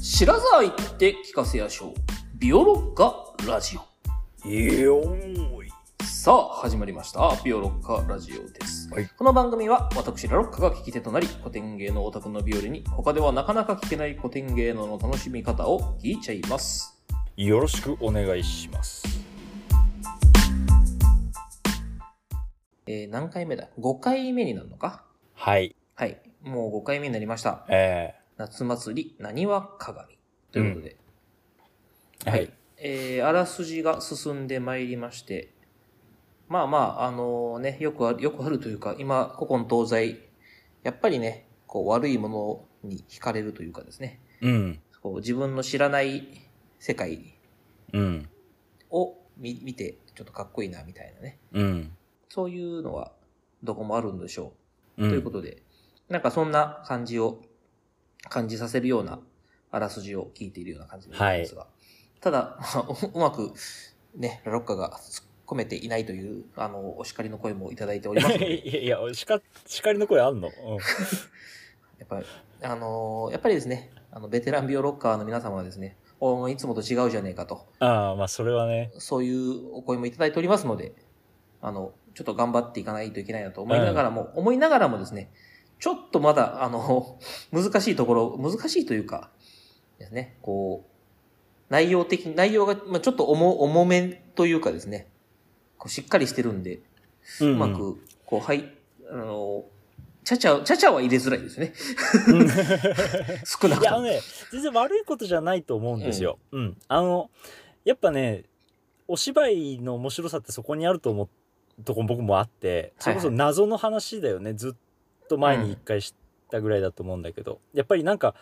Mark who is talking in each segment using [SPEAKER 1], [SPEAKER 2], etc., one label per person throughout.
[SPEAKER 1] 白沢行って聞かせやしょう。ビオロッカラジオ。
[SPEAKER 2] よーい。
[SPEAKER 1] さあ、始まりました。ビオロッカラジオです。
[SPEAKER 2] はい
[SPEAKER 1] この番組は、私ラロッカが聞き手となり、古典芸能オタクのビオレに、他ではなかなか聞けない古典芸能の楽しみ方を聞いちゃいます。
[SPEAKER 2] よろしくお願いします。
[SPEAKER 1] えー、何回目だ ?5 回目になるのか
[SPEAKER 2] はい。
[SPEAKER 1] はい。もう5回目になりました。
[SPEAKER 2] え
[SPEAKER 1] 夏祭り、なにわ鏡。ということで、
[SPEAKER 2] ー、
[SPEAKER 1] はい。えーあらすじが進んでまいりまして、まあまあ、あのね、よくある、よくあるというか、今、古今東西、やっぱりね、こう、悪いものに惹かれるというかですね、
[SPEAKER 2] うん。
[SPEAKER 1] こう自分の知らない世界
[SPEAKER 2] うん。
[SPEAKER 1] を見見て、ちょっとかっこいいな、みたいなね。
[SPEAKER 2] うん。
[SPEAKER 1] そういうのは、どこもあるんでしょ
[SPEAKER 2] と
[SPEAKER 1] う。ということで、なんかそんな感じを、感じさせるような、あらすじを聞いているような感じなんですが、ただ、ま あううまく、ね、ラロッカが突っ込めていないという、あの、お叱りの声もいただいておりますので、
[SPEAKER 2] いやいや、叱、叱りの声あんの、
[SPEAKER 1] やっぱり、あのーやっぱりですね、あの、ベテランビオロッカーの皆様はですね、おお前いつもと違うじゃねえかと、
[SPEAKER 2] ああ、まあそれはね。
[SPEAKER 1] そういうお声もいただいておりますので、あの、ちょっと頑張っていかないといけないなと思いながらも、思いながらもですね、ちょっとまだ、あの、 難しいところ、難しいというか、ですね、こう、内容的に、内容が、まあ、ちょっと重、重めというかですね、こうしっかりしてるんで、
[SPEAKER 2] う
[SPEAKER 1] うま。 く、こう、はい、あの、ちゃちゃ、ちゃちゃは入れづらいですね。
[SPEAKER 2] うん
[SPEAKER 1] 少ないく
[SPEAKER 2] や、あ
[SPEAKER 1] と
[SPEAKER 2] の
[SPEAKER 1] も。
[SPEAKER 2] ね、全然悪いことじゃないと思うんですよ。うん。あの、やっぱね、お芝居の面白さってそこにあると思うとこ僕もあって、それこそ謎の話だよね。ずっと前に一回したぐらいだと思うんだけど、やっぱりなんか、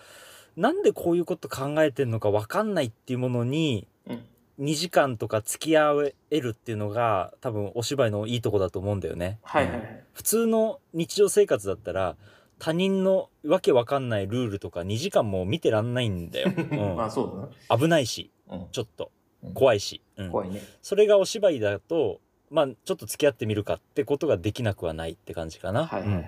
[SPEAKER 2] なんでこういうこと考えてんのかわかんないっていうものに、
[SPEAKER 1] うん
[SPEAKER 2] 2時間とか付き合えるっていうのが多分お芝居のいいとこだと思うんだよね。
[SPEAKER 1] はい
[SPEAKER 2] うん
[SPEAKER 1] はいはい。
[SPEAKER 2] 普通の日常生活だったら他人のわけわかんないルールとか2時間も見てらんないん だよ、
[SPEAKER 1] まあ、
[SPEAKER 2] う
[SPEAKER 1] そ
[SPEAKER 2] ん、危ないし
[SPEAKER 1] うだな。
[SPEAKER 2] ちょっと
[SPEAKER 1] うん
[SPEAKER 2] 怖いし、う
[SPEAKER 1] うんん。怖いね。
[SPEAKER 2] それがお芝居だとまあちょっと付き合ってみるかってことができなくはないって感じかな、
[SPEAKER 1] はいは
[SPEAKER 2] うん
[SPEAKER 1] い。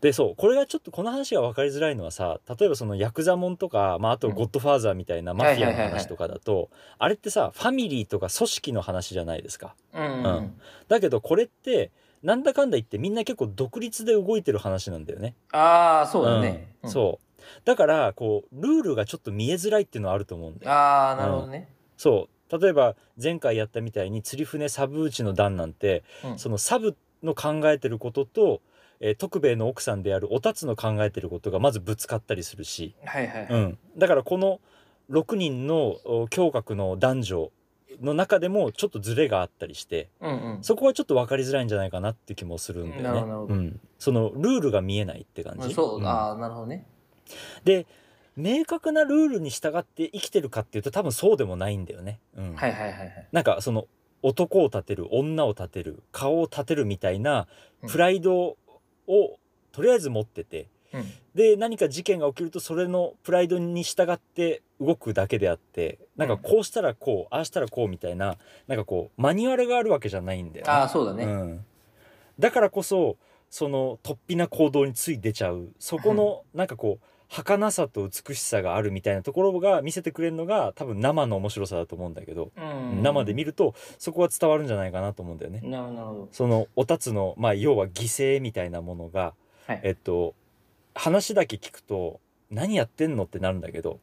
[SPEAKER 2] でそうこれがちょっとこの話が分かりづらいのはさ例えばそのヤクザモンとか、まあ、あと
[SPEAKER 1] うん
[SPEAKER 2] ゴッドファーザーみたいなマフィアの
[SPEAKER 1] はいはいはいはい
[SPEAKER 2] 話とかだとあれってさファミリーとか組織の話じゃないですか
[SPEAKER 1] うん。
[SPEAKER 2] うんだけどこれってなんだかんだ言ってみんな結構独立で動いてる話なんだよね
[SPEAKER 1] ああ、そうだね。
[SPEAKER 2] うん
[SPEAKER 1] うん
[SPEAKER 2] そうだからこうルールがちょっと見えづらいっていうのはあると思うんだよ
[SPEAKER 1] ああ、なるほどね。
[SPEAKER 2] そう例えば前回やったみたいに釣り船サブウチの段なんて
[SPEAKER 1] うん
[SPEAKER 2] そのサブの考えてることと、えー徳兵衛の奥さんであるおたつの考えてることがまずぶつかったりするし、
[SPEAKER 1] はいはい。
[SPEAKER 2] う
[SPEAKER 1] はい
[SPEAKER 2] ん、だからこの6人のお胸郭の男女の中でもちょっとズレがあったりして
[SPEAKER 1] うんうん。
[SPEAKER 2] そこはちょっと分かりづらいんじゃないかなって気もするんだよね。
[SPEAKER 1] なるほどなるほど
[SPEAKER 2] うん、そのルールが見えないって感
[SPEAKER 1] まあ
[SPEAKER 2] じ。
[SPEAKER 1] そう、
[SPEAKER 2] ん
[SPEAKER 1] ああ、なるほどね。
[SPEAKER 2] で明確なルールに従って生きてるかっていうと多分そうでもないんだよね。うん
[SPEAKER 1] はいはいはいはい。
[SPEAKER 2] なんかその男を立てる女を立てる顔を立てるみたいな
[SPEAKER 1] うん
[SPEAKER 2] プライドをとりあえず持ってて、
[SPEAKER 1] うん。
[SPEAKER 2] で何か事件が起きるとそれのプライドに従って動くだけであってなんかこうしたらこうああしたらこうみたいななんかこうマニュアルがあるわけじゃないんだよね。
[SPEAKER 1] ああ、そうだね。
[SPEAKER 2] うん、だからこそその突飛な行動につい出ちゃうそこのなんかこう儚さと美しさがあるみたいなところが見せてくれるのが多分生の面白さだと思うんだけど、
[SPEAKER 1] うん。
[SPEAKER 2] 生で見るとそこは伝わるんじゃないかなと思うんだよね。
[SPEAKER 1] なるほどなるほど。
[SPEAKER 2] そのおたつの、まあ、要は犠牲みたいなものが、
[SPEAKER 1] はい
[SPEAKER 2] えっと、話だけ聞くと何やってんのってなるんだけど、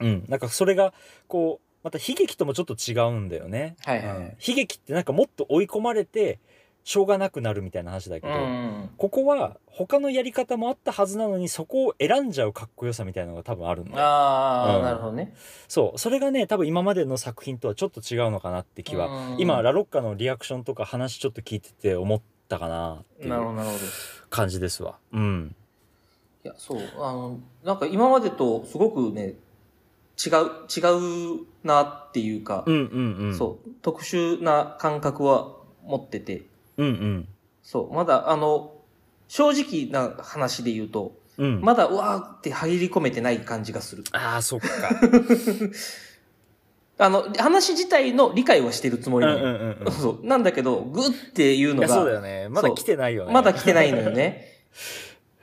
[SPEAKER 1] うん
[SPEAKER 2] うん、なんかそれがこうまた悲劇ともちょっと違うんだよね。
[SPEAKER 1] はいはいは
[SPEAKER 2] うん
[SPEAKER 1] い。
[SPEAKER 2] 悲劇ってなんかもっと追い込まれてしょうがなくなるみたいな話だけ
[SPEAKER 1] う
[SPEAKER 2] ど、
[SPEAKER 1] ん。
[SPEAKER 2] ここは他のやり方もあったはずなのにそこを選んじゃうかっこよさみたいなのが多分あるんだよ
[SPEAKER 1] あ
[SPEAKER 2] う
[SPEAKER 1] あ、
[SPEAKER 2] ん
[SPEAKER 1] なるほどね。
[SPEAKER 2] そうそれがね多分今までの作品とはちょっと違うのかなって気は、
[SPEAKER 1] うん
[SPEAKER 2] 今ラロッカのリアクションとか話ちょっと聞いてて思ったかなってい
[SPEAKER 1] なるほ
[SPEAKER 2] う
[SPEAKER 1] どなるほど。い
[SPEAKER 2] 感じですわうん
[SPEAKER 1] や、そう。あの、なんか今までとすごくね、違う、違うなっていうか
[SPEAKER 2] う、んうんうん
[SPEAKER 1] そう、特殊な感覚は持ってて、
[SPEAKER 2] うんうん
[SPEAKER 1] そう、まだあの、正直な話で言うと、
[SPEAKER 2] うん
[SPEAKER 1] まだうわーって入り込めてない感じがする。
[SPEAKER 2] ああそっか
[SPEAKER 1] あの、話自体の理解はしてるつも
[SPEAKER 2] うん
[SPEAKER 1] り
[SPEAKER 2] う
[SPEAKER 1] なの
[SPEAKER 2] んうんうん
[SPEAKER 1] そう。なんだけど、グっていう
[SPEAKER 2] い
[SPEAKER 1] の
[SPEAKER 2] やそうだ
[SPEAKER 1] が、
[SPEAKER 2] よねまだ来てないよね
[SPEAKER 1] まだ来てないのよね。
[SPEAKER 2] い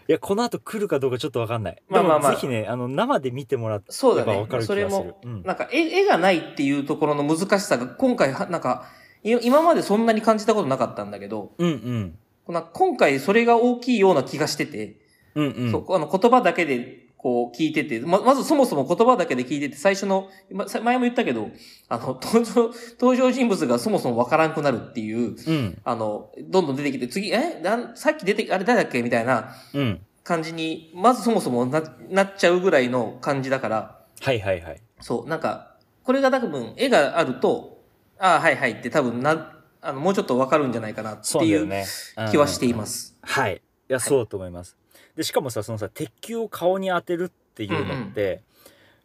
[SPEAKER 2] いや、この後来るかどうかちょっとわかんない。
[SPEAKER 1] まあまあまあ
[SPEAKER 2] でもぜひね、あの、生で見てもらって、
[SPEAKER 1] そうだ
[SPEAKER 2] やっぱ
[SPEAKER 1] ね
[SPEAKER 2] わか。る気
[SPEAKER 1] それ
[SPEAKER 2] がする
[SPEAKER 1] も。、
[SPEAKER 2] うん
[SPEAKER 1] なんか絵絵がないっていうところの難しさが今回は、なんか、い今までそんなに感じたことなかったんだけど、
[SPEAKER 2] うんうん。
[SPEAKER 1] なんか今回それが大きいような気がしてて、
[SPEAKER 2] うんうん。
[SPEAKER 1] そうあの言葉だけでこう聞いててま、まずそもそも言葉だけで聞いてて、最初の、まさ前も言ったけど、あの、登場、登場人物がそもそもわからんくなるっていう、
[SPEAKER 2] うん。
[SPEAKER 1] あの、どんどん出てきて、次、えなんさっき出て、あれ誰だっけみたいな
[SPEAKER 2] うん。
[SPEAKER 1] 感じに、まずそもそもな、なっちゃうぐらいの感じだから、
[SPEAKER 2] はいはいはい。
[SPEAKER 1] そう、なんか、これが多分、絵があると、ああ、はいはいって多分な、あの、もうちょっとわかるんじゃないかなって
[SPEAKER 2] そうだ
[SPEAKER 1] い
[SPEAKER 2] よ
[SPEAKER 1] う
[SPEAKER 2] ね。
[SPEAKER 1] 気はしてい
[SPEAKER 2] す
[SPEAKER 1] ます。
[SPEAKER 2] はい。いや、そうだと思います。で、しかもさ、そのさ、鉄球を顔に当てるっていうのって、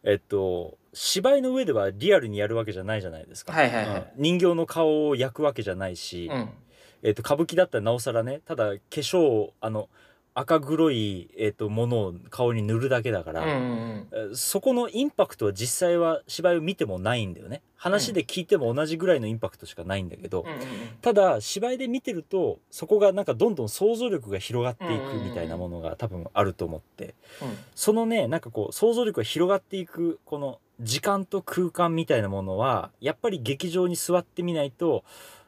[SPEAKER 2] えっと、芝居の上ではリアルにやるわけじゃないじゃないですか。
[SPEAKER 1] はいはいはい
[SPEAKER 2] うん人形の顔を焼くわけじゃないし、
[SPEAKER 1] うん。
[SPEAKER 2] えっと、歌舞伎だったらなおさらね、ただ化粧を、あの、赤黒い、えっと、ものを顔に塗るだけだか
[SPEAKER 1] う
[SPEAKER 2] ら、
[SPEAKER 1] んうん
[SPEAKER 2] えそこのインパクトは実際は芝居を見てもないんだよね。話で聞いても同じぐらいのインパクトしかないんだけど、
[SPEAKER 1] うん。うんうんうん
[SPEAKER 2] ただ芝居で見てるとそこがなんかどんどん想像力が広がっていくみたいなものが多分あると思って
[SPEAKER 1] うん
[SPEAKER 2] そのねなんかこう想像力が広がっていくこの時間と空間みたいなものはやっぱり劇場に座ってみないと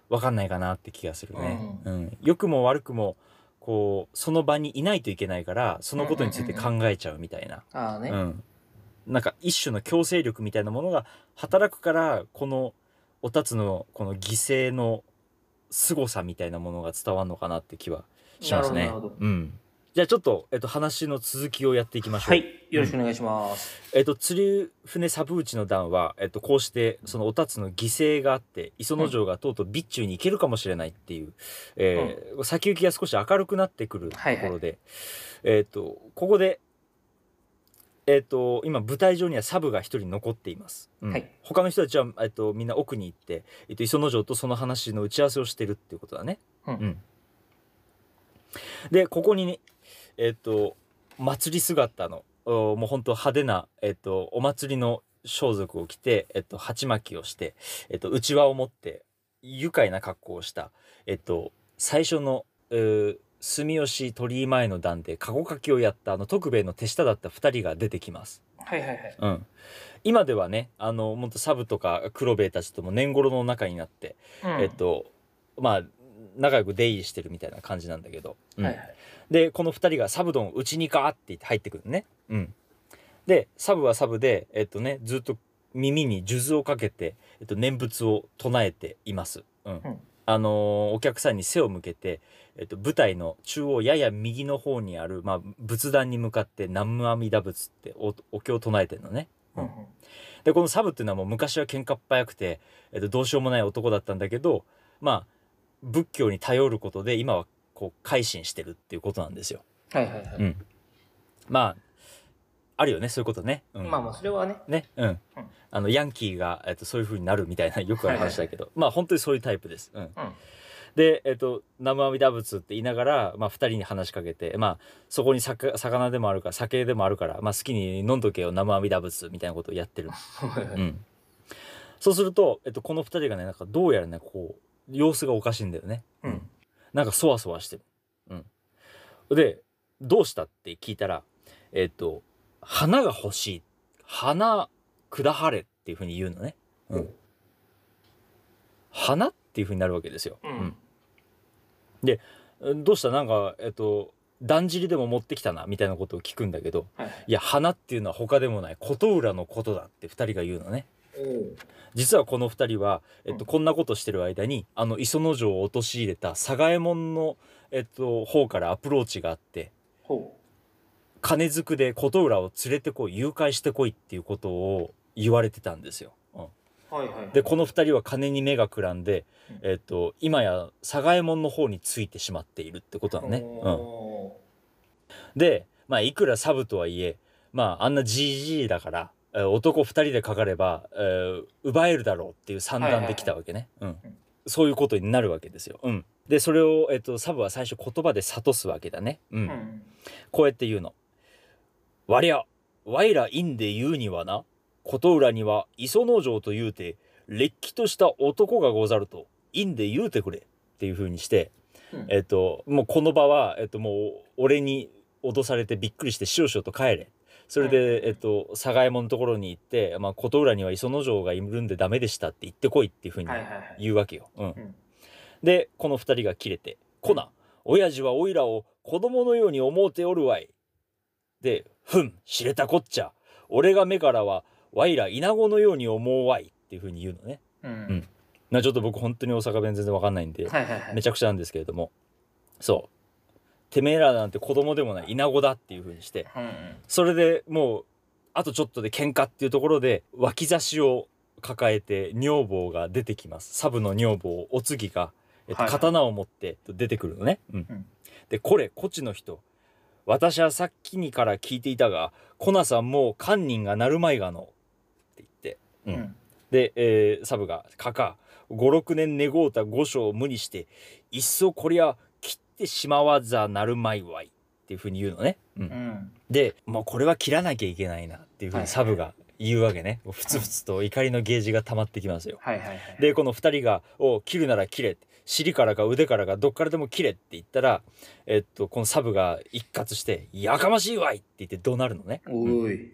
[SPEAKER 2] 分かんないかなって気がするね。うん良くも悪くもこうその場にいないといけないからそのことについて考えちゃうみたいな
[SPEAKER 1] ああね。
[SPEAKER 2] うん、なんか一種の強制力みたいなものが働くからこのおたつのこの犠牲の凄さみたいなものが伝わるのかなって気はします
[SPEAKER 1] な
[SPEAKER 2] ね
[SPEAKER 1] るほどなるほど。
[SPEAKER 2] うん、じゃあちょっと、えっと、話の続きをやっていきましょう。
[SPEAKER 1] はい。よろしくお願いします。
[SPEAKER 2] えっと、釣り船サブウチの段は、えっと、こうしてそのおたつの犠牲があって磯之丞がとうとう備中に行けるかもしれないっていう、えー先行きが少し明るくなってくるところで、
[SPEAKER 1] はいは
[SPEAKER 2] えっとここで、えっと今舞台上にはサブが一人残っています、うん
[SPEAKER 1] はい
[SPEAKER 2] 他の人たちは、えっとみんな奥に行って、えっと、磯之丞とその話の打ち合わせをしてるっていうことだね。
[SPEAKER 1] うん
[SPEAKER 2] でここにねえっと祭り姿のおもう本当派手な、えっと、お祭りの装束を着て、えっと、鉢巻きをして、えっと、うちわを持って愉快な格好をした、えっと、最初の、えー住吉鳥居前の段で籠掛きをやったあの徳兵衛の手下だった2人が出てきます。
[SPEAKER 1] はいはいはい。
[SPEAKER 2] うん、今ではねあのもっとサブとか黒兵衛たちとも年頃の仲になって、
[SPEAKER 1] うん
[SPEAKER 2] えっ。とまあ仲良く出入りしてるみたいな感じなんだけど、うん
[SPEAKER 1] はいはい。
[SPEAKER 2] でこの2人が「サブドンうちにか?」って言って入ってくるのね。うん、でサブはサブで、えっとね、ずっと耳に数珠をかけて、えっと、念仏を唱えています。うん
[SPEAKER 1] ん
[SPEAKER 2] あのーお客さんに背を向けて、えっと、舞台の中央やや右の方にある、まあ、仏壇に向かって「南無阿弥陀仏」っておお経を唱えてるのね。
[SPEAKER 1] うんうん
[SPEAKER 2] でこのサブっていうのはもう昔は喧嘩っ早くて、えっと、どうしようもない男だったんだけどまあ仏教に頼ることで今はこう改心してるっていうことなんですよ。
[SPEAKER 1] はいはいはい。
[SPEAKER 2] まああるよねそういうことね。うん
[SPEAKER 1] まあまあ、それはね。
[SPEAKER 2] ねうんあのヤンキーが、えっと、そういう風になるみたいなよくある話だけど、まあ本当にそういうタイプです。うん
[SPEAKER 1] うん
[SPEAKER 2] で、えっと「南無阿弥陀仏」って言いながら、まあ、2人に話しかけて、まあ、そこにさか魚でもあるから酒でもあるから、まあ、好きに飲んどけよ南無阿弥陀仏みたいなことをやってる
[SPEAKER 1] はいは
[SPEAKER 2] う
[SPEAKER 1] い
[SPEAKER 2] ん、そうすると、えっと、この2人がねなんかどうやらねこう様子がおかしいんだよね、
[SPEAKER 1] うん
[SPEAKER 2] なんかそわそわしてる、うん、でどうしたって聞いたらえっと花が欲しい花くだはれっていうふうに言うのね、う、
[SPEAKER 1] うん
[SPEAKER 2] 花っていうふうになるわけですよ、
[SPEAKER 1] うん
[SPEAKER 2] うんどうしたなんかえっとだんじりでも持ってきたなみたいなことを聞くんだけど
[SPEAKER 1] はい。
[SPEAKER 2] いや花っていうのは他でもない琴浦のことだって2人が言うのね
[SPEAKER 1] おお。
[SPEAKER 2] 実はこの2人は、えっ
[SPEAKER 1] う
[SPEAKER 2] と、
[SPEAKER 1] ん
[SPEAKER 2] こんなことしてる間にあの磯之丞を陥れた佐賀右衛門の、えっと、方からアプローチがあって
[SPEAKER 1] ほ
[SPEAKER 2] 金づくで琴浦を連れてこい誘拐してこいっていうことを言われてたんですよ。うん
[SPEAKER 1] う。はいはい。
[SPEAKER 2] でこの2人は金に目がくらんで
[SPEAKER 1] うん、
[SPEAKER 2] えっと、今や佐賀右衛門の方についてしまっているってことなのね。うん
[SPEAKER 1] お
[SPEAKER 2] で、まあ、いくらサブとはいえ、まあ、あんな GG だから、えー男2人でかかれば、えー奪えるだろうっていう算段できたわけね、
[SPEAKER 1] い
[SPEAKER 2] うん、そういうことになるわけですよ。うん、でそれを、えっとサブは最初言葉で諭すわけだね、う
[SPEAKER 1] ー
[SPEAKER 2] ん
[SPEAKER 1] うん。
[SPEAKER 2] こうやって言うの。わりゃわいらいんで言うにはな琴浦には磯之丞というてれっきとした男がござるといんで言うてくれっていうふうにして
[SPEAKER 1] うん
[SPEAKER 2] えっと、もうこの場は、えっと、もう俺に脅されてびっくりしてしおしおと帰れそれで、えっと、佐えものところに行って、まあ、琴浦には磯之丞がいるんでダメでしたって言ってこいっていうふうに
[SPEAKER 1] はいはいはい。
[SPEAKER 2] 言うわけよ。うん
[SPEAKER 1] うん
[SPEAKER 2] でこの二人が切れて「こな親父はおいらを子供のように思うておるわい」で「ふん知れたこっちゃ俺が目からはわいら稲子のように思うわい」っていうふうに言うのね。
[SPEAKER 1] うん
[SPEAKER 2] んなちょっと僕本当に大阪弁全然わかんないんで、
[SPEAKER 1] はいはいはい。
[SPEAKER 2] めちゃくちゃなんですけれどもそうてめえらなんて子供でもない稲子だっていうふうにして
[SPEAKER 1] うんうん
[SPEAKER 2] それでもうあとちょっとで喧嘩っていうところで脇差しを抱えて女房が出てきますサブの女房お次が、えっと、
[SPEAKER 1] はい
[SPEAKER 2] 刀を持って出てくるのね。うん
[SPEAKER 1] うん
[SPEAKER 2] でこれこちの人私はさっきにから聞いていたがコナさんもう堪忍がなるまいがのって言って
[SPEAKER 1] うん
[SPEAKER 2] うんで、えーサブが「かか56年寝ごうた御所を無にしていっそこりゃ切ってしまわざなるまいわい」っていうふうに言うのね。うん
[SPEAKER 1] うん
[SPEAKER 2] でもうこれは切らなきゃいけないなっていうふうにサブが言うわけね、もうふつふつと怒りのゲージが溜まってきますよ。
[SPEAKER 1] はいはいはい。
[SPEAKER 2] でこの2人が「お切るなら切れ」尻からか腕からかどっからでも切れって言ったら、えっと、このサブが一括して「やかましいわい!」って言って怒鳴るのね。
[SPEAKER 1] おい。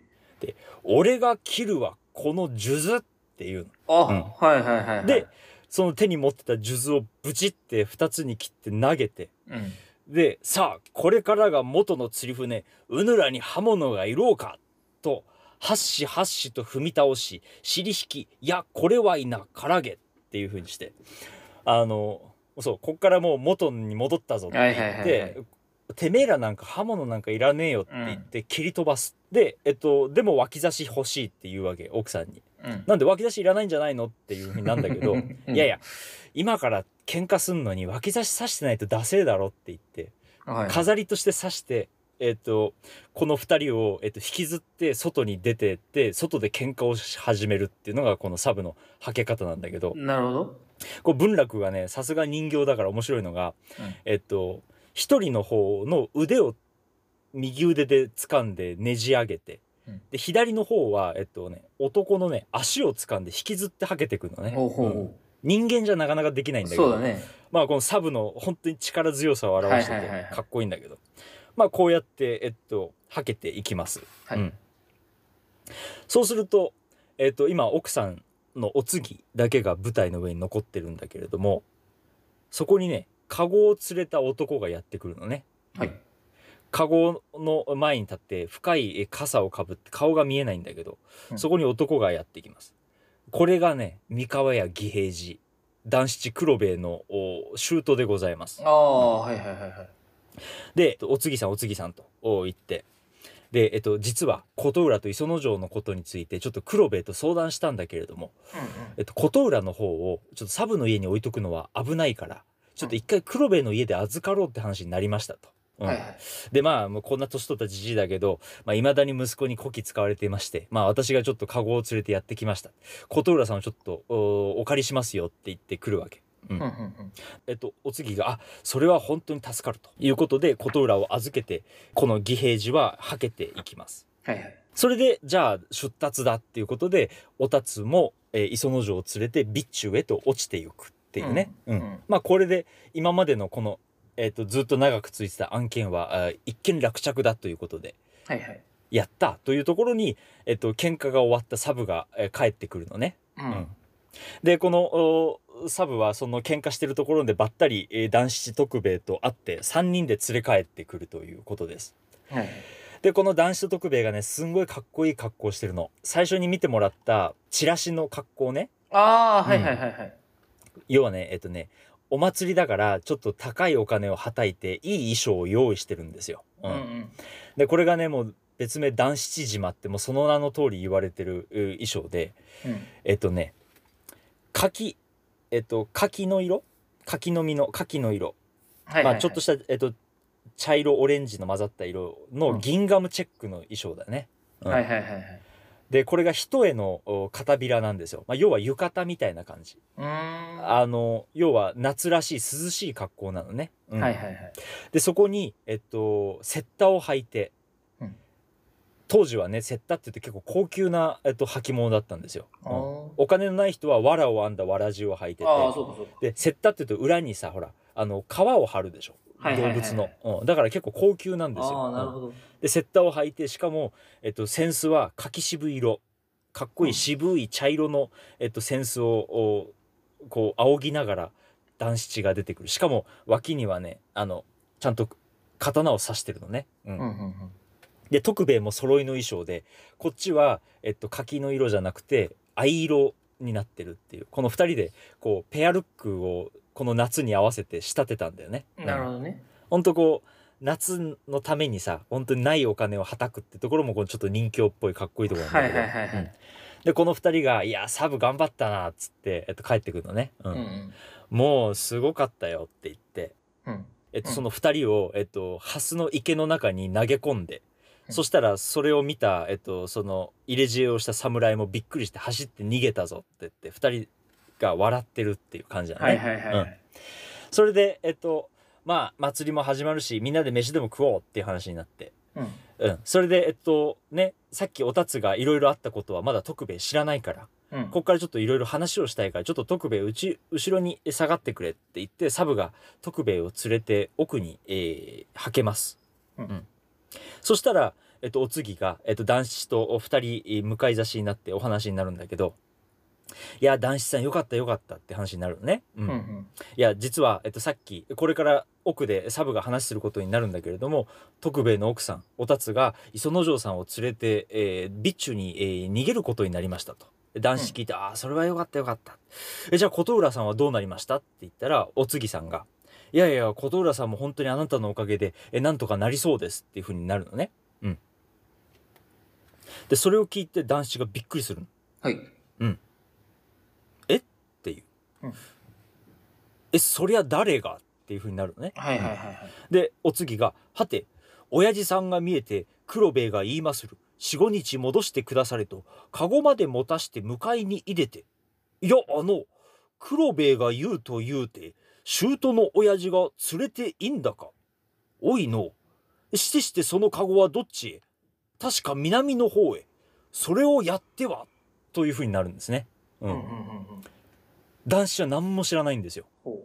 [SPEAKER 2] 俺が切るはこの数珠っていうの。
[SPEAKER 1] あ、はいはいはいはい。
[SPEAKER 2] で、その手に持ってた数珠をブチって2つに切って投げて
[SPEAKER 1] うん。
[SPEAKER 2] でさあこれからが元の釣り船うぬらに刃物がいろうかとハッシハッシと踏み倒し尻引きいやこれはいなからげっていう風にしてあのそうこっからもう元に戻ったぞって言って、
[SPEAKER 1] はいはいはいはい
[SPEAKER 2] てめえらなんか刃物なんかいらねえよって言って蹴り飛ばす、でえっとでも脇差し欲しいって言うわけ奥さんに
[SPEAKER 1] うん。
[SPEAKER 2] なんで脇差しいらないんじゃないのっていう風になんだけ ど
[SPEAKER 1] うん
[SPEAKER 2] いやい。や、今から喧嘩すんのに脇差し刺してないとダセえだろって言って、
[SPEAKER 1] はい。
[SPEAKER 2] 飾りとして刺して、えっ、と、この二人を、えっと引きずって外に出てって、外で喧嘩をし始めるっていうのがこのサブのはけ方なんだけど、
[SPEAKER 1] なるほど。
[SPEAKER 2] こう文楽がね、さすが人形だから面白いのが、
[SPEAKER 1] うん
[SPEAKER 2] えっと、一人の方の腕を右腕で掴んでねじ上げて、
[SPEAKER 1] うん
[SPEAKER 2] で左の方は、えっとね、男のね足を掴んで引きずってはけてくのね
[SPEAKER 1] ほうほう
[SPEAKER 2] うん
[SPEAKER 1] ほ
[SPEAKER 2] 人間じゃなかなかできないん
[SPEAKER 1] う。
[SPEAKER 2] だけど
[SPEAKER 1] そうだね。
[SPEAKER 2] まあこのサブの本当に力強さを表して
[SPEAKER 1] はいはいはい
[SPEAKER 2] て
[SPEAKER 1] はい
[SPEAKER 2] かっこいいんだけど、まあこうやってえっとはけていきます、
[SPEAKER 1] はい
[SPEAKER 2] うんそうすると,、えっと今奥さんのお次だけが舞台の上に残ってるんだけれどもそこにねカゴを連れた男がやってくるのね
[SPEAKER 1] はい。
[SPEAKER 2] カゴの前に立って深いえ傘をかぶって顔が見えないんだけど、
[SPEAKER 1] うん
[SPEAKER 2] そこに男がやってきますこれがね三河屋義平寺男七黒兵衛のお舅でございます
[SPEAKER 1] ああ、はいはいはいはい。
[SPEAKER 2] でお次さんお次さんとお言ってで、えっと、実は琴浦と磯之丞のことについてちょっと黒兵衛と相談したんだけれども、えっと、琴浦の方をちょっとサブの家に置いとくのは危ないからちょっと一回黒兵衛の家で預かろうって話になりましたと。
[SPEAKER 1] う
[SPEAKER 2] う
[SPEAKER 1] んん。はいはい。
[SPEAKER 2] でまあもうこんな年取ったじじいだけどまあ、未だに息子にこき使われていましてまあ私がちょっと籠を連れてやってきました琴浦さんをちょっとおお借りしますよって言ってくるわけ。うん
[SPEAKER 1] うんうん
[SPEAKER 2] えっと、お次が、あ、それは本当に助かるということで、琴浦を預けて、この義平寺ははけていきます。
[SPEAKER 1] はいはい。
[SPEAKER 2] それで、じゃあ、出立だっていうことで、おたつも、えー磯之丞を連れて、備中へと落ちていくっていうね。
[SPEAKER 1] う
[SPEAKER 2] うんん。
[SPEAKER 1] うん
[SPEAKER 2] まあ、これで、今までのこの、えっ、と、ずっと長く続いてた案件は、あー一見落着だということで、
[SPEAKER 1] はいはい。
[SPEAKER 2] やったというところに、えっ、と、喧嘩が終わったサブが、えー帰ってくるのね。
[SPEAKER 1] うん。
[SPEAKER 2] でこのおサブはその喧嘩してるところでばったり、えー男子徳兵衛と会って3人で連れ帰ってくるということです
[SPEAKER 1] はいはい。
[SPEAKER 2] でこの男子徳兵衛がねすんごいかっこいい格好してるの最初に見てもらったチラシの格好ね
[SPEAKER 1] ああ、はいはいはいはい。
[SPEAKER 2] 要はねえっ、とねお祭りだからちょっと高いお金をはたいていい衣装を用意してるんですよ、
[SPEAKER 1] う
[SPEAKER 2] うんん
[SPEAKER 1] うん。
[SPEAKER 2] でこれがねもう別名男七島ってもうその名の通り言われてるう衣装で
[SPEAKER 1] うん。
[SPEAKER 2] えっとね柿えっと柿の色柿の実の柿の色、
[SPEAKER 1] はいはいはい。
[SPEAKER 2] まあちょっとした、えっと、茶色オレンジの混ざった色
[SPEAKER 1] う
[SPEAKER 2] の
[SPEAKER 1] ん
[SPEAKER 2] 銀ガムチェックの衣装だね、うん
[SPEAKER 1] はいはいはいはい。
[SPEAKER 2] でこれが一重のお片びらなんですよ、まあ、要は浴衣みたいな感じ
[SPEAKER 1] うーん。は
[SPEAKER 2] あの要は夏らしい涼しい格好なのね、う
[SPEAKER 1] い
[SPEAKER 2] ん
[SPEAKER 1] はいはい。
[SPEAKER 2] でそこにえっとセッタを履いて、
[SPEAKER 1] うん
[SPEAKER 2] 当時はねセッタって言って結構高級な、えっと、履物だったんですよ、
[SPEAKER 1] あ
[SPEAKER 2] う
[SPEAKER 1] ー
[SPEAKER 2] んお金のない人は藁を編んだわらじを履いてて
[SPEAKER 1] あー、そうかそうか。
[SPEAKER 2] で、セッタって言うと裏にさ、ほら、あの、皮を張るでしょ。
[SPEAKER 1] はいはいはい
[SPEAKER 2] 動物の、うん、だから結構高級なんですよ
[SPEAKER 1] ああ、なるほど。
[SPEAKER 2] でセッターを履いてしかも、えっと、センスは柿渋色かっこいい渋い茶色の、えっと、センスををこう仰ぎながら男子血が出てくるしかも脇にはねあのちゃんと刀を刺してるのね、う
[SPEAKER 1] う
[SPEAKER 2] ん
[SPEAKER 1] んうんうん。
[SPEAKER 2] で徳兵衛も揃いの衣装でこっちは、えっと、柿の色じゃなくて藍色になってるっていうこの2人でこうペアルックをこの夏に合わせて仕立てたんだよね。
[SPEAKER 1] なるほどね。
[SPEAKER 2] 本当こう夏のためにさ本当にないお金をはたくってところもこうちょっと人形っぽいかっこいいところなん
[SPEAKER 1] は
[SPEAKER 2] だ
[SPEAKER 1] い
[SPEAKER 2] け
[SPEAKER 1] は
[SPEAKER 2] ど、
[SPEAKER 1] いはいは
[SPEAKER 2] うん
[SPEAKER 1] い。
[SPEAKER 2] でこの2人が「いやサブ頑張ったな」っつって、えっと、帰ってくるのね、う
[SPEAKER 1] うんん
[SPEAKER 2] もうすごかったよ」って言って、
[SPEAKER 1] うん。うん。
[SPEAKER 2] えっと、
[SPEAKER 1] うん
[SPEAKER 2] その2人を、えっと、ハスの池の中に投げ込んで、
[SPEAKER 1] うん
[SPEAKER 2] そしたらそれを見た、えっと、その入れ知恵をした侍もびっくりして走って逃げたぞって言って2人が笑ってるっていう感じなのね。
[SPEAKER 1] はいはいはいはい。
[SPEAKER 2] それで、えっとまあ、祭りも始まるしみんなで飯でも食おうっていう話になって、
[SPEAKER 1] うん。
[SPEAKER 2] うん、それで、えっとね、さっきおたつがいろいろあったことはまだ徳兵衛知らないから
[SPEAKER 1] うん。
[SPEAKER 2] ここからちょっといろいろ話をしたいからちょっと徳兵衛うち後ろに下がってくれって言ってサブが徳兵衛を連れて奥に、えー、はけます、
[SPEAKER 1] うん
[SPEAKER 2] そしたら、えっと、お次が、えっと、男子とお二人えー向かい差しになってお話になるんだけど「いや男子さんよかったよかった」って話になるのね。
[SPEAKER 1] うんうん。
[SPEAKER 2] いや実は、えっと、さっきこれから奥でサブが話することになるんだけれども徳兵衛の奥さんおたつが磯之丞さんを連れて、えー、備中に、えー逃げることになりましたと。男子聞いて「ああそれはよかったよかった」え「じゃあ琴浦さんはどうなりました?」って言ったらお次さんが「いやいや琴浦さんも本当にあなたのおかげでえなんとかなりそうです」っていうふうになるのね。うん、でそれを聞いて男子がびっくりするの。
[SPEAKER 1] はい。
[SPEAKER 2] っていう、
[SPEAKER 1] うん
[SPEAKER 2] えそりゃ誰がっていうふうになるのね
[SPEAKER 1] はいはいはいはい。
[SPEAKER 2] でお次が「はて親父さんが見えて黒兵衛が言いまする四五日戻してくだされと籠まで持たして迎えに入れていやあの黒兵衛が言うと言うて舅の親父が連れていいんだかおいのしてしてその籠はどっちへ確か南の方へそれをやってはというふうになるんですね、う
[SPEAKER 1] うんんうんうんうん。
[SPEAKER 2] 男子は何も知らないんですよ
[SPEAKER 1] ほ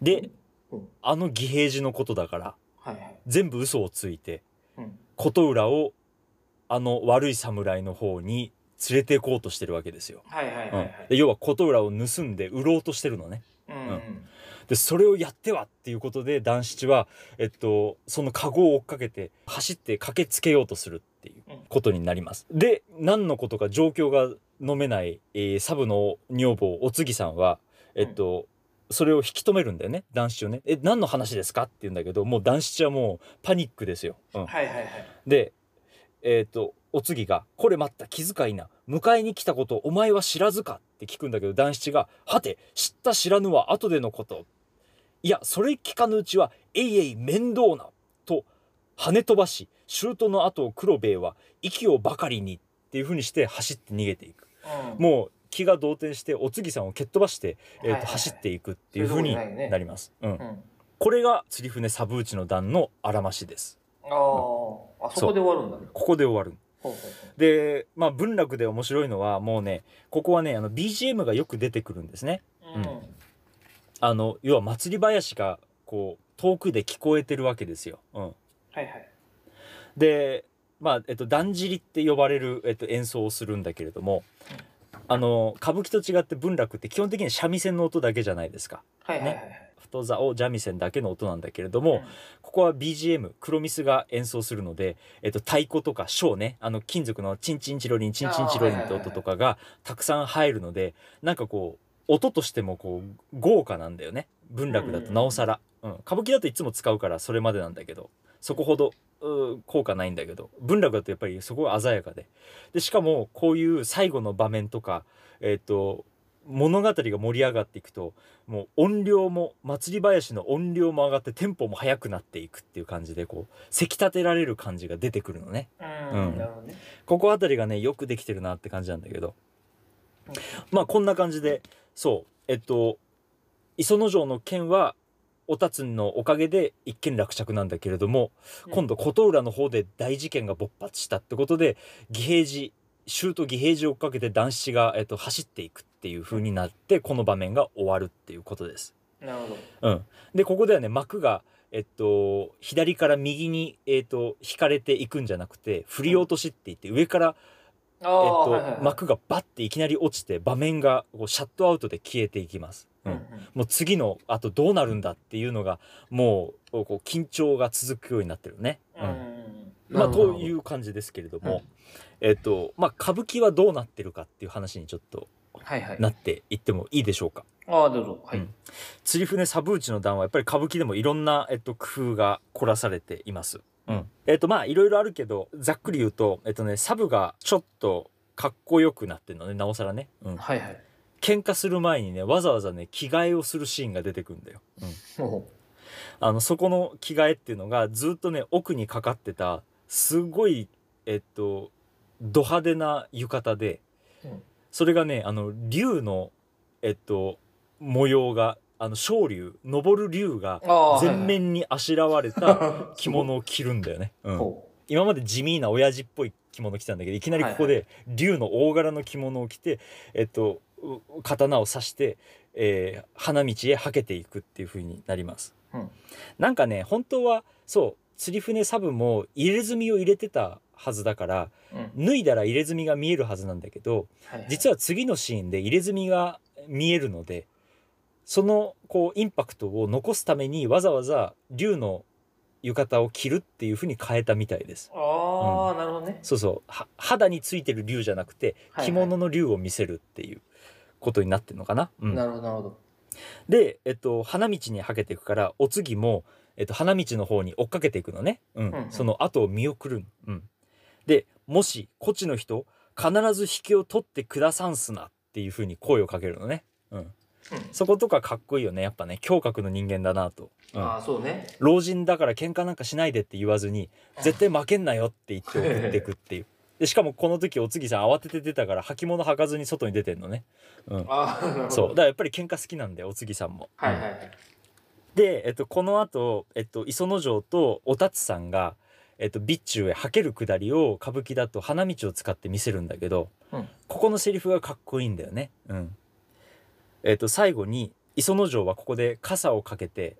[SPEAKER 2] で、
[SPEAKER 1] うん
[SPEAKER 2] あの義平寺のことだから
[SPEAKER 1] う。はいはい。
[SPEAKER 2] 全部嘘をついて
[SPEAKER 1] うん。
[SPEAKER 2] 琴浦をあの悪い侍の方に連れて行こうとしてるわけですよ。
[SPEAKER 1] はいはいはい
[SPEAKER 2] うん
[SPEAKER 1] はい
[SPEAKER 2] で。要は琴浦を盗んで売ろうとしてるのね。
[SPEAKER 1] うんうん。
[SPEAKER 2] でそれをやってはっていうことで男七は、えっと、その籠を追っかけて走って駆けつけようとするっていうことになります。で何のことか状況が飲めない、えーサブの女房おつぎさんは、えっとそれを引き止めるんだよね男七をね。え何の話ですかって言うんだけどもう男七はもうパニックですよ。うん
[SPEAKER 1] はいはいはい。
[SPEAKER 2] でえっ、とお次が「これ待った気遣いな迎えに来たことお前は知らずか?」って聞くんだけど男七が「はて知った知らぬは後でのこと」「いやそれ聞かぬうちはえいえい面倒な」と跳ね飛ばし舅の後を黒兵衛は息をばかりにっていうふうにして走って逃げていく
[SPEAKER 1] うん。
[SPEAKER 2] もう気が動転してお次さんを蹴っ飛ばして、えー
[SPEAKER 1] はいはい
[SPEAKER 2] と
[SPEAKER 1] はい
[SPEAKER 2] 走っていくっていうふうになります。うん
[SPEAKER 1] う、ん。
[SPEAKER 2] これが釣り船サブ内の段のあらましです。
[SPEAKER 1] ああ、あそこで終わるんだね。
[SPEAKER 2] ここで終わる
[SPEAKER 1] ほうほうほ
[SPEAKER 2] で、まあ、文楽で面白いのはもうねここはねあの BGM がよく出てくるんですね。
[SPEAKER 1] う。うん。
[SPEAKER 2] あの要は祭り囃子がこう遠くで聞こえてるわけですよ。うん、
[SPEAKER 1] はいはい。
[SPEAKER 2] で、まあえっと、だんじりって呼ばれる、えっと、演奏をするんだけれどもあの歌舞伎と違って文楽って基本的に三味線の音だけじゃないですか。
[SPEAKER 1] はいはいはい。
[SPEAKER 2] 太座を三味線だけの音なんだけれども、ここは BGM 黒ミスが演奏するので、えっと、太鼓とか小ねあの金属のチンチンチロリンチンチンチロリンって音とかがたくさん入るのでなんかこう音としてもこう豪華なんだよね文楽だとなおさら、うん歌舞伎だといつも使うからそれまでなんだけどそこほどうー効果ないんだけど文楽だとやっぱりそこが鮮やかででしかもこういう最後の場面とかえっ、と物語が盛り上がっていくともう音量も祭り囃子の音量も上がってテンポも速くなっていくっていう感じでこうせき立てられる感じが出てくるのね
[SPEAKER 1] うん。うん。なるほどね。
[SPEAKER 2] ここあたりがねよくできてるなって感じなんだけど
[SPEAKER 1] うん
[SPEAKER 2] まあこんな感じでそうえっと磯之丞の件はおたつのおかげで一件落着なんだけれども
[SPEAKER 1] うん
[SPEAKER 2] 今度琴浦の方で大事件が勃発したってことで義平寺州と義平寺を追っかけて男子が、えっと、走っていくっていう風になってこの場面が終わるっていうことです。
[SPEAKER 1] なるほど。
[SPEAKER 2] うん、でここではね幕が、えっと、左から右に、えっと、引かれていくんじゃなくて振り落としって言って上から、
[SPEAKER 1] あ
[SPEAKER 2] えっ
[SPEAKER 1] あ、はいはいは
[SPEAKER 2] と、
[SPEAKER 1] い
[SPEAKER 2] 幕がバッていきなり落ちて場面がこうシャットアウトで消えていきます。
[SPEAKER 1] うん
[SPEAKER 2] もう次のあとどうなるんだっていうのがもうこう緊張が続くようになってるね。
[SPEAKER 1] うんうんうん。。
[SPEAKER 2] まあ、というう感じですけれど
[SPEAKER 1] う
[SPEAKER 2] も、
[SPEAKER 1] ん
[SPEAKER 2] えっとまあ、歌舞伎はどうなってるかっていう話にちょっと
[SPEAKER 1] はいはい。
[SPEAKER 2] なっていってもいいでしょうか。
[SPEAKER 1] ああ、どうぞ。はい。
[SPEAKER 2] うん釣り船サブウチの段はやっぱり歌舞伎でもいろんな、えっと、工夫が凝らされています。
[SPEAKER 1] うん
[SPEAKER 2] えっとまあいろいろあるけどざっくり言うと、えっとね、サブがちょっとかっこよくなってるのねなおさらね、うん、
[SPEAKER 1] はいはい。
[SPEAKER 2] 喧嘩する前にねわざわざね着替えをするシーンが出てくるんだよ。
[SPEAKER 1] も
[SPEAKER 2] あのそこの着替えっていうのがずっとね奥にかかってたすごいえっとド派手な浴衣で、
[SPEAKER 1] うん
[SPEAKER 2] それがねあの竜のえっと模様があの昇竜登る竜が
[SPEAKER 1] う。ああ。
[SPEAKER 2] 全面にあしらわれ
[SPEAKER 1] はい
[SPEAKER 2] た
[SPEAKER 1] はい
[SPEAKER 2] 着 物を着るんだよね、うん
[SPEAKER 1] ほ
[SPEAKER 2] 今まで地味な親父っぽい着物着てたんだけどいきなりここで竜の大柄の着物を着て、えっとう刀を刺して、えー花道へはけていくっていう風になります、
[SPEAKER 1] うん
[SPEAKER 2] なんかね本当はそう釣り船サブも入れ墨を入れてたはずだから
[SPEAKER 1] う。うん。
[SPEAKER 2] 脱いだら入れ墨が見えるはずなんだけど
[SPEAKER 1] はいはい。
[SPEAKER 2] 実は次のシーンで入れ墨が見えるのでそのこうインパクトを残すためにわざわざ竜の浴衣を着るっていう風に変えたみたいです。
[SPEAKER 1] ああ、なるほどね。
[SPEAKER 2] そうそうは肌についてる竜じゃなくて
[SPEAKER 1] はいはい
[SPEAKER 2] 着物の竜を見せるっていうことになってるのかな。うん
[SPEAKER 1] なるほど、なるほど。
[SPEAKER 2] で、えっと、花道にはけていくからお次も、えっと、花道の方に追っかけていくのね、うん
[SPEAKER 1] んうん
[SPEAKER 2] その後を見送るの、うん、でもしこっちの人必ず引きを取ってくださんすなっていうふうに声をかけるのね、うん、
[SPEAKER 1] うん
[SPEAKER 2] そことかかっこいいよねやっぱね胸郭の人間だなと、うん
[SPEAKER 1] ああ、そうね。
[SPEAKER 2] 老人だから喧嘩なんかしないでって言わずに絶対負けんなよって言って送ってくっていうでしかもこの時お次さん慌てて出たから履物履かずに外に出てんのね、うん、
[SPEAKER 1] ああ、なるほど。
[SPEAKER 2] そうだからやっぱり喧嘩好きなんだよお次さんも、
[SPEAKER 1] はい
[SPEAKER 2] うん
[SPEAKER 1] はいはい。
[SPEAKER 2] で、えっと、この後、えっと、磯之丞とおたつさんが、えっと、備中へはけるくだりを歌舞伎だと花道を使って見せるんだけど、
[SPEAKER 1] うん
[SPEAKER 2] ここのセリフがかっこいいんだよね。うんえっと、最後に磯之丞はここで傘をかけて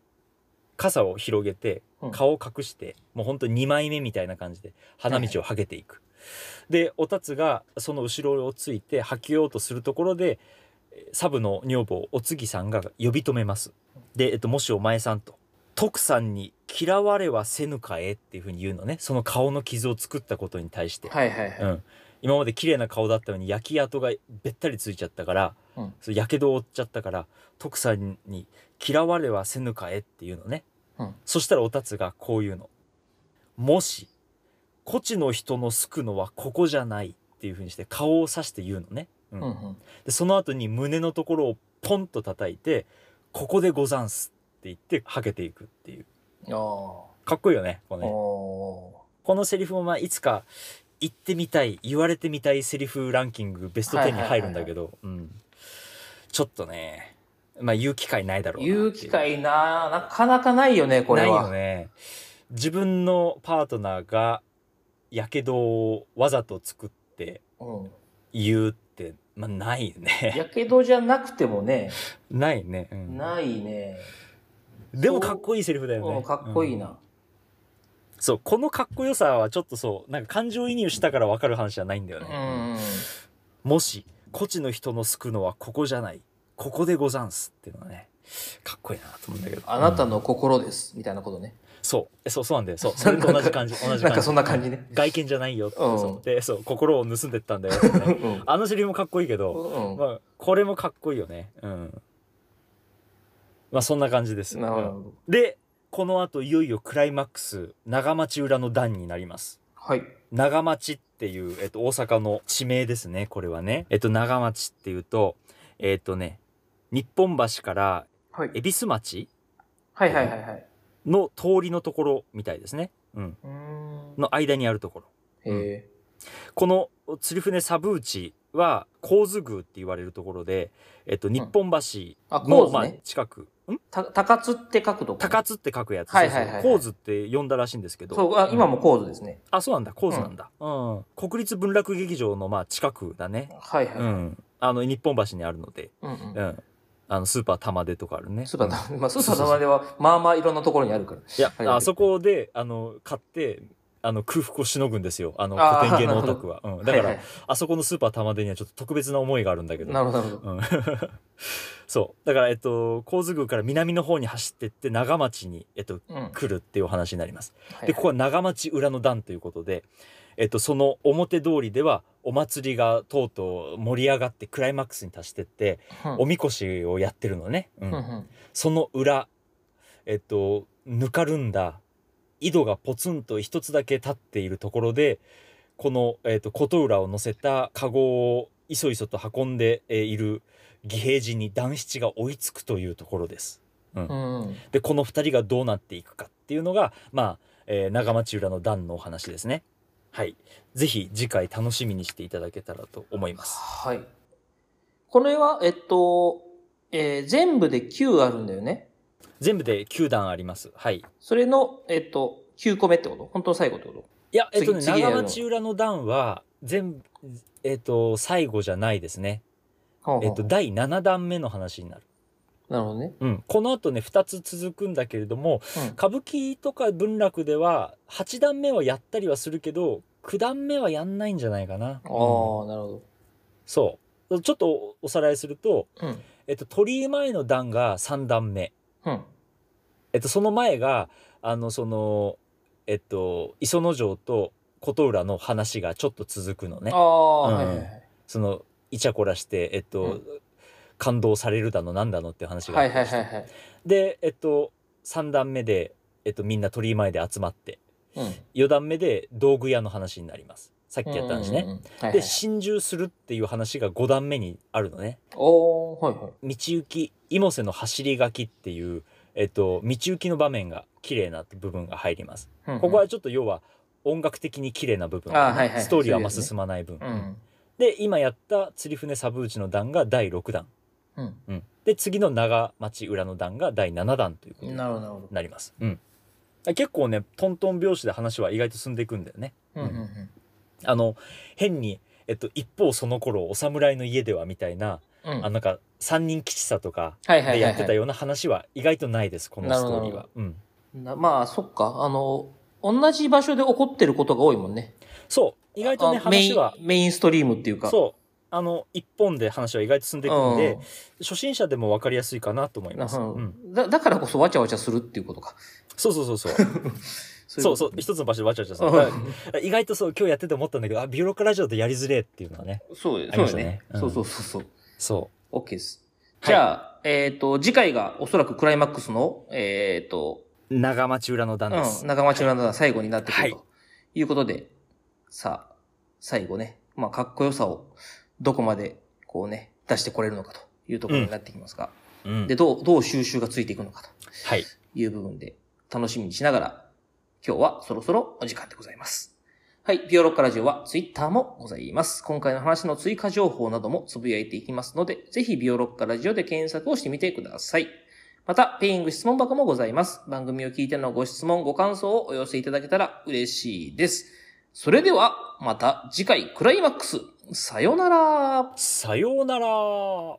[SPEAKER 2] 傘を広げて
[SPEAKER 1] うん
[SPEAKER 2] 顔を隠して、もうほんと2枚目みたいな感じで花道をはげていく。でおたつがその後ろをついてはきようとするところでえーサブの女房おつぎさんが呼び止めます。で、えっと、もしお前さんと徳さんに嫌われはせぬかえっていうふうに言うのねその顔の傷を作ったことに対して、
[SPEAKER 1] はいはいはい。
[SPEAKER 2] うん、今まで綺麗な顔だったのに焼き跡がべったりついちゃったから
[SPEAKER 1] うん
[SPEAKER 2] そのやけどを負っちゃったから徳さんに嫌われはせぬかえっていうのね、
[SPEAKER 1] うん
[SPEAKER 2] そしたらおたつがこういうの「もしこちの人のすくのはここじゃない」っていうふうにして顔を指して言うのね、うん
[SPEAKER 1] うんうん。
[SPEAKER 2] でその後に胸のところをポンと叩いて「ここでござんす」って言ってはけていくっていう
[SPEAKER 1] ああ。
[SPEAKER 2] かっこいいよねこのね
[SPEAKER 1] お
[SPEAKER 2] このセリフもまあいつか言ってみたい言われてみたいセリフランキングベスト10に入るんだけどうんちょっとねまあ言う機会ないだろうなっていう
[SPEAKER 1] 言う機会な、なかなかないよね、これ
[SPEAKER 2] ない
[SPEAKER 1] は。
[SPEAKER 2] よね自分のパートナーがやけどをわざと作って
[SPEAKER 1] う
[SPEAKER 2] 言うって、まあ、ない
[SPEAKER 1] ん。
[SPEAKER 2] ね
[SPEAKER 1] やけどじゃなくてもね、
[SPEAKER 2] ないね、うん
[SPEAKER 1] ないね。
[SPEAKER 2] でもかっこいいセリフだよ
[SPEAKER 1] う
[SPEAKER 2] ね
[SPEAKER 1] んかっこいい
[SPEAKER 2] うん
[SPEAKER 1] な。
[SPEAKER 2] そうこのかっこよさはちょっとそうなんか感情移入したから分かる話じゃないんだよ
[SPEAKER 1] う
[SPEAKER 2] ね、
[SPEAKER 1] ん。
[SPEAKER 2] もし、こちの人の救うのはここじゃない。ここでござんすっていうのはね、かっこいいなと思うんだけど。
[SPEAKER 1] あなた
[SPEAKER 2] うん
[SPEAKER 1] の心です、みたいなことね。
[SPEAKER 2] そう、えそう、そうなんだよ。そう、それと同じ感じ。同じ感じ。
[SPEAKER 1] なんかそんな感じね。
[SPEAKER 2] 外見じゃないよって、
[SPEAKER 1] うん
[SPEAKER 2] そうで、そう、心を盗んでったんだよって
[SPEAKER 1] う
[SPEAKER 2] ね。
[SPEAKER 1] ん。
[SPEAKER 2] あのセリフもかっこいいけど、
[SPEAKER 1] うん
[SPEAKER 2] まあ、これもかっこいいよね。うん。まあ、そんな感じです。
[SPEAKER 1] なるほ
[SPEAKER 2] うん
[SPEAKER 1] ど。
[SPEAKER 2] で、この後、いよいよクライマックス、長町裏の段になります。
[SPEAKER 1] はい。
[SPEAKER 2] 長町っていう、えっと、大阪の地名ですねこれはね。えっと長町っていうとえっとね日本橋から
[SPEAKER 1] はい。
[SPEAKER 2] 恵比寿町
[SPEAKER 1] はいはいはいはい。
[SPEAKER 2] の通りのところみたいですね。うん、
[SPEAKER 1] うーん。
[SPEAKER 2] の間にあるところ。
[SPEAKER 1] へ
[SPEAKER 2] この釣り船サブ内は神津宮って言われるところで、えっと、日本
[SPEAKER 1] あ
[SPEAKER 2] 橋
[SPEAKER 1] 神津
[SPEAKER 2] の、
[SPEAKER 1] ね
[SPEAKER 2] まあ、近くん
[SPEAKER 1] え。た、高津って書くとこ。
[SPEAKER 2] 高津って書くやつ
[SPEAKER 1] はい
[SPEAKER 2] そうそう
[SPEAKER 1] はいはいはい
[SPEAKER 2] 神津って呼んだらしいんですけど
[SPEAKER 1] そう、あ、今も構図ですね。
[SPEAKER 2] あそうなんだ神津なんだ、うん、国立文楽劇場のまあ近くだね、
[SPEAKER 1] はいはい。
[SPEAKER 2] うん、あの日本橋にあるので
[SPEAKER 1] うんうん
[SPEAKER 2] うん、あの、スーパー玉出とかあるね。
[SPEAKER 1] スーパー、まあ、スーパーのまでは、まあまあいろんなところにあるから。
[SPEAKER 2] いや、
[SPEAKER 1] はいはい
[SPEAKER 2] あそこで、あの、買って、あの、空腹をしのぐんですよ。あの、
[SPEAKER 1] あー
[SPEAKER 2] 古典芸能オタクは。うん。だから、
[SPEAKER 1] はいはい
[SPEAKER 2] あそこのスーパー玉出にはちょっと特別な思いがあるんだけど。
[SPEAKER 1] なるほど、なるほど。
[SPEAKER 2] うん そう。だから、えっと、神津宮から南の方に走ってって、長町に、えっと、
[SPEAKER 1] うん。はい
[SPEAKER 2] 来るっていうお話になります。
[SPEAKER 1] はい
[SPEAKER 2] で、ここは長町裏の段ということで、えっと、その表通りでは、お祭りがとうとう盛り上がってクライマックスに達してって、
[SPEAKER 1] うん
[SPEAKER 2] おみこしをやってるのね。う
[SPEAKER 1] う
[SPEAKER 2] ん
[SPEAKER 1] んうん
[SPEAKER 2] その裏、えっと、ぬかるんだ井戸がポツンと一つだけ立っているところで、この、えっと、琴浦を乗せたカゴをいそいそと運んでえーいる義平寺に男七が追いつくというところです。
[SPEAKER 1] うんうん。
[SPEAKER 2] で、この二人がどうなっていくかっていうのが、まあ、えー長町浦の段のお話ですね。はい。ぜひ次回楽しみにしていただけたらと思います。
[SPEAKER 1] はい。これは、えっと、えー全部で9あるんだよね。
[SPEAKER 2] 全部で9段あります。はい。
[SPEAKER 1] それの、えっと、9個目ってこと本当の最後ってこと
[SPEAKER 2] いや、えっとね、
[SPEAKER 1] 次次やる
[SPEAKER 2] 長町裏の段は、全部、えっと、最後じゃないですね。
[SPEAKER 1] ほうほう
[SPEAKER 2] えっと、第7段目の話になる。
[SPEAKER 1] なるほどね。
[SPEAKER 2] うん。この後ね、2つ続くんだけれども、
[SPEAKER 1] うん
[SPEAKER 2] 歌舞伎とか文楽では、8段目はやったりはするけど、9段目はやんないんじゃないかな。
[SPEAKER 1] ああ、
[SPEAKER 2] うん
[SPEAKER 1] なるほ
[SPEAKER 2] そう。ちょっとおさらいすると、
[SPEAKER 1] ど。うん。
[SPEAKER 2] えっと、鳥居前の段が3段目。
[SPEAKER 1] うん。
[SPEAKER 2] えっと、その前が、あの、その、えっと、磯之丞と琴浦の話がちょっと続くのね
[SPEAKER 1] あ。あ、
[SPEAKER 2] うん
[SPEAKER 1] はいはいはい。
[SPEAKER 2] そのイチャコラして、えっと
[SPEAKER 1] う
[SPEAKER 2] 感動されるだのなんだのっていう話があ
[SPEAKER 1] は
[SPEAKER 2] っ
[SPEAKER 1] い
[SPEAKER 2] て、
[SPEAKER 1] はいはいはい。
[SPEAKER 2] で、えっと、3段目で、えっと、みんな鳥居前で集まって
[SPEAKER 1] うん。
[SPEAKER 2] 4段目で道具屋の話になりますさっきやった話ね、
[SPEAKER 1] うんうんうん。はいはい
[SPEAKER 2] で心中するっていう話が5段目にあるのね
[SPEAKER 1] おー、はいはい。
[SPEAKER 2] 道行き妹背の走り書きっていう、えっと、道行きの場面が綺麗な部分が入ります、
[SPEAKER 1] うんうん
[SPEAKER 2] ここはちょっと要は音楽的に綺麗な部分、
[SPEAKER 1] あーはいはい
[SPEAKER 2] ストーリーはあんま
[SPEAKER 1] そういうやつね
[SPEAKER 2] 進まない分、
[SPEAKER 1] うん。
[SPEAKER 2] で今やった釣り船サブウチの段が第6弾
[SPEAKER 1] うん。
[SPEAKER 2] うん、で次の長町裏の段が第7弾ということに
[SPEAKER 1] なるほど、なるほ
[SPEAKER 2] なります、うん、結構ねトントン拍子で話は意外と進んでいくんだよね
[SPEAKER 1] ど。うんうんうん。
[SPEAKER 2] あの変に、えっと、一方その頃お侍の家ではみたいな、
[SPEAKER 1] うん
[SPEAKER 2] あのなんか三人吉さとか
[SPEAKER 1] はいはいは
[SPEAKER 2] で
[SPEAKER 1] いは
[SPEAKER 2] や
[SPEAKER 1] い。
[SPEAKER 2] ってたような話は意外とないですこのストーリー
[SPEAKER 1] な
[SPEAKER 2] は
[SPEAKER 1] る、
[SPEAKER 2] うん、
[SPEAKER 1] なまあ、そっか。あの、同じ場所で起こってることが多いもんね。
[SPEAKER 2] そう意外とね
[SPEAKER 1] あメイ
[SPEAKER 2] 話
[SPEAKER 1] ン
[SPEAKER 2] は
[SPEAKER 1] メインストリームっていうか。う。
[SPEAKER 2] そうあの一本で話は意外と進んでいくんで、
[SPEAKER 1] ん
[SPEAKER 2] 初心者でも分かりやすいかなと思います、
[SPEAKER 1] う
[SPEAKER 2] うん、
[SPEAKER 1] んだだからこそわちゃわちゃするっていうことか。
[SPEAKER 2] そうそうそう そうそうそう一つの場所でわちゃわちゃするだから 意外とそう今日やってて思ったんだけどあビオロカラジオでやりづれえっていうのはね
[SPEAKER 1] そうそう
[SPEAKER 2] ありま
[SPEAKER 1] よ
[SPEAKER 2] したね
[SPEAKER 1] ね。
[SPEAKER 2] うん
[SPEAKER 1] そうそうそうそう。
[SPEAKER 2] そ
[SPEAKER 1] OK です。
[SPEAKER 2] はい
[SPEAKER 1] じゃあ、えっ、と、次回がおそらくクライマックスの、えっ、と、
[SPEAKER 2] う長町裏の
[SPEAKER 1] う
[SPEAKER 2] 段です、
[SPEAKER 1] ん、中町のが最後になってく
[SPEAKER 2] は
[SPEAKER 1] る
[SPEAKER 2] い
[SPEAKER 1] ということで、さあ、最後ね、まあ、かっこよさをどこまで、こうね、出してこれるのかというところになってきますが、
[SPEAKER 2] うん
[SPEAKER 1] で、どう、どう収集がついていくのかと
[SPEAKER 2] はい
[SPEAKER 1] いう部分で楽しみにしながら、今日はそろそろお時間でございます。はい。ピオロッカラジオはツイッターもございます。今回の話の追加情報などもつぶやいていきますので、ぜひビオロッカラジオで検索をしてみてください。また、ペイング質問箱もございます。番組を聞いてのご質問、ご感想をお寄せいただけたら嬉しいです。それでは、また次回クライマックス。さよなら。
[SPEAKER 2] さようなら